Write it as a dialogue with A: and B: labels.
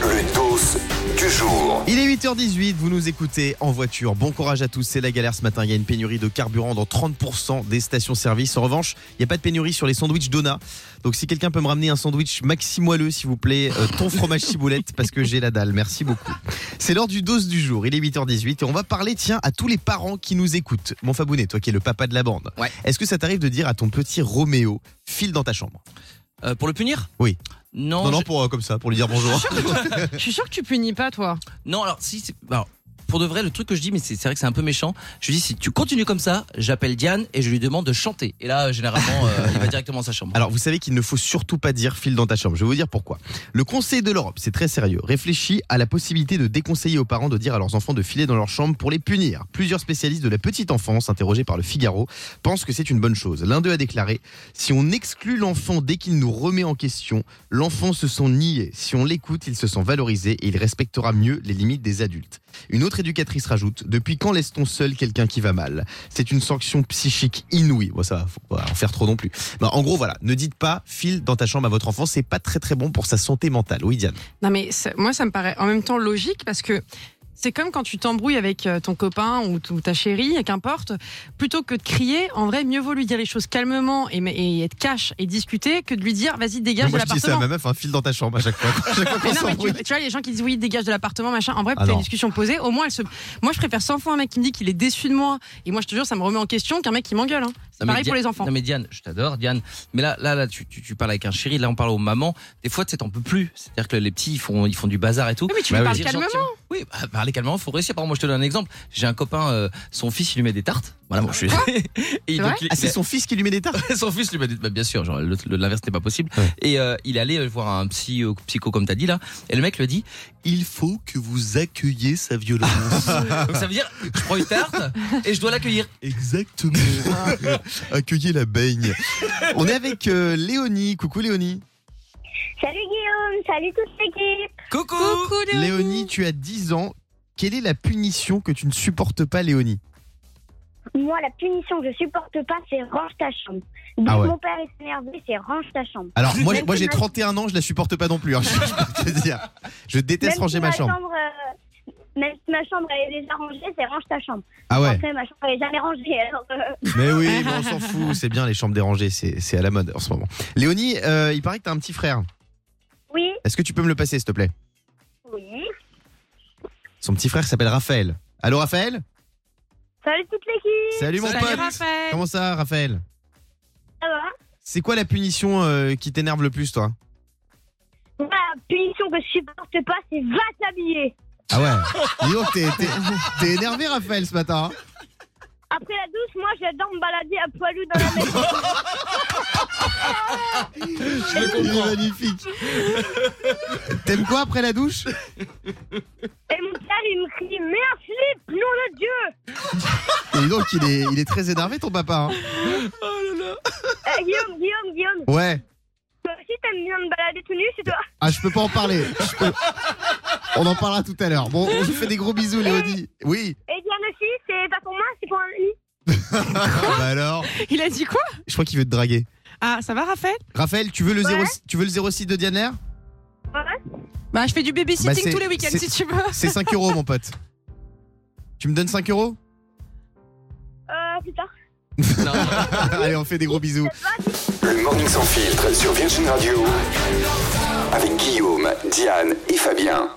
A: Le dos du jour.
B: Il est 8h18, vous nous écoutez en voiture. Bon courage à tous, c'est la galère ce matin. Il y a une pénurie de carburant dans 30% des stations-service. En revanche, il n'y a pas de pénurie sur les sandwichs Dona. Donc si quelqu'un peut me ramener un sandwich maxi moelleux, s'il vous plaît, euh, ton fromage ciboulette, parce que j'ai la dalle. Merci beaucoup. C'est l'heure du dose du jour. Il est 8h18 et on va parler, tiens, à tous les parents qui nous écoutent. Mon Fabounet, toi qui es le papa de la bande,
C: Ouais.
B: est-ce que ça t'arrive de dire à ton petit Roméo, file dans ta chambre
C: Euh, pour le punir
B: Oui.
C: Non,
B: Non,
C: je-
B: non, pour, euh, comme ça, pour lui dire bonjour.
D: Je suis sûre que tu punis pas, toi.
C: non, alors si, c'est- alors, pour de vrai, le truc que je dis, mais c'est c'est vrai que c'est un peu méchant, je dis si tu continues comme ça, j'appelle Diane et je lui demande de chanter. Et là, euh, généralement, euh, il va directement à sa chambre.
B: Alors, vous savez qu'il ne faut surtout pas dire file dans ta chambre. Je vais vous dire pourquoi. Le Conseil de l'Europe, c'est très sérieux, réfléchit à la possibilité de déconseiller aux parents de dire à leurs enfants de filer dans leur chambre pour les punir. Plusieurs spécialistes de la petite enfance, interrogés par le Figaro, pensent que c'est une bonne chose. L'un d'eux a déclaré Si on exclut l'enfant dès qu'il nous remet en question, l'enfant se sent nié. Si on l'écoute, il se sent valorisé et il respectera mieux les limites des adultes. Une autre éducatrice rajoute Depuis quand laisse-t-on seul quelqu'un qui va mal C'est une sanction psychique inouïe. Bon, ça, faut pas en faire trop non plus. Bah, en gros, voilà, ne dites pas file dans ta chambre à votre enfant, c'est pas très très bon pour sa santé mentale. Oui, Diane.
D: Non, mais ça- moi, ça me paraît en même temps logique parce que. C'est comme quand tu t'embrouilles avec euh, ton copain ou t- ou ta chérie, et qu'importe. Plutôt que de crier, en vrai, mieux vaut lui dire les choses calmement et, mais- et être cash et discuter que de lui dire vas-y, dégage de
B: moi, je dis ça à
D: l'appartement.
B: ma meuf, hein, file dans ta chambre à chaque fois. À chaque fois qu'on
D: Mais non, mais
B: s'embrouille.
D: tu, tu vois, les gens qui disent oui, dégage de l'appartement, machin. En vrai,
B: Ah
D: t'as
B: non.
D: une discussion posée. Au moins, elle se. Moi, je préfère 100 fois un mec qui me dit qu'il est déçu de moi. Et moi, je te jure, ça me remet en question qu'un mec qui m'engueule. hein. C'est
C: Non, mais
D: pareil pour
C: Dia-
D: les enfants.
C: Non mais Diane, je t'adore Diane, mais là là là tu, tu, tu parles avec un chéri, là on parle aux mamans. Des fois tu sais t'en peux plus, c'est-à-dire que les petits ils font ils font du bazar et tout.
D: Oui, mais tu
B: Bah
D: lui
B: oui.
D: parles
C: Dire
D: calmement.
C: gentiment. Oui, bah, parler calmement, faut réussir. Par exemple, moi je te donne un exemple. J'ai un copain, euh, son fils il lui met des tartes. Voilà, bon, je suis. et
D: Ah, vrai
C: il-
B: Ah, c'est son fils qui lui met des tartes.
C: son fils lui m'a dit bah, bien sûr genre le- le- l'inverse n'est pas possible
B: Ouais.
C: et euh, il allait voir un psy euh, psycho comme t'as dit là et le mec lui dit il faut que vous accueilliez sa violence donc ça veut dire je prends une tarte et je dois l'accueillir
B: Exactement. Ah. Accueillez la baigne. On est avec euh, Léonie. Coucou Léonie.
E: Salut Guillaume, salut toute l'équipe.
C: coucou,
D: Coucou, Léonie.
B: Léonie, tu as 10 ans. Quelle est la punition que tu ne supportes pas, Léonie
E: Moi, la punition que je supporte pas, c'est range ta chambre. Dès
B: Ah ouais.
E: que mon père est énervé, c'est range ta chambre.
B: Alors, moi, j'ai-
E: Même
B: moi
E: si
B: j'ai
E: ma-
B: 31 ans, je la supporte pas non plus. hein, je peux te dire. Je déteste
E: Même
B: ranger
E: si
B: ma chambre.
E: euh, même si ma chambre elle est déjà rangée, c'est range ta chambre.
B: Ah ouais.
E: Après, ma chambre elle est jamais rangée. alors, euh,
B: Mais oui, mais on s'en fout. C'est bien les chambres dérangées, c'est c'est à la mode en ce moment. Léonie, euh, il paraît que t'as un petit frère.
E: oui,
B: Est-ce que tu peux me le passer, s'il te plaît
E: oui.
B: Son petit frère s'appelle Raphaël. Allô, Raphaël
E: Salut toute l'équipe.
B: Salut, mon
C: Salut,
B: pote.
D: Raphaël.
B: Comment ça, Raphaël
E: Ça va
B: C'est quoi la punition euh, qui t'énerve le plus, toi
E: Moi, la punition que je supporte pas, c'est va t'habiller.
B: Ah ouais Dis donc, t'es- t'es t'es énervé, Raphaël, ce matin. hein
E: Après la douce, moi, j'adore me balader à poilu dans la maison.
B: Il est magnifique. T'aimes quoi après la douche
E: Et mon père, il me crie, mais un slip, nom de Dieu.
B: Et dis donc, il est, il est très énervé, ton papa. hein
E: Euh, Guillaume, Guillaume, Guillaume,
B: ouais.
E: toi aussi, t'aimes bien me balader tout nu, c'est toi
B: Ah, je peux pas en parler. Je peux- On en parlera tout à l'heure. Bon, je vous fais des gros bisous, Léonie. Oui.
E: Et Diane aussi, Eh c'est pas pour moi, c'est pour un ami.
B: Bah alors
D: Il a dit quoi
B: Je crois qu'il veut te draguer.
D: Ah, ça va, Raphaël
B: Raphaël, tu veux le,
E: Ouais.
B: 0, tu veux le 06 de Dianer
E: Ouais.
D: Bah, je fais du
B: Bah,
D: babysitting
B: c'est-
D: tous les week-ends
B: c'est-
D: si tu veux.
B: C'est 5 euros, mon pote. Tu me donnes 5 euros
E: Euh, putain.
C: Non.
B: Allez, on fait des gros bisous.
A: Le morning sans filtre sur Virgin Radio. Avec Guillaume, Diane et Fabien.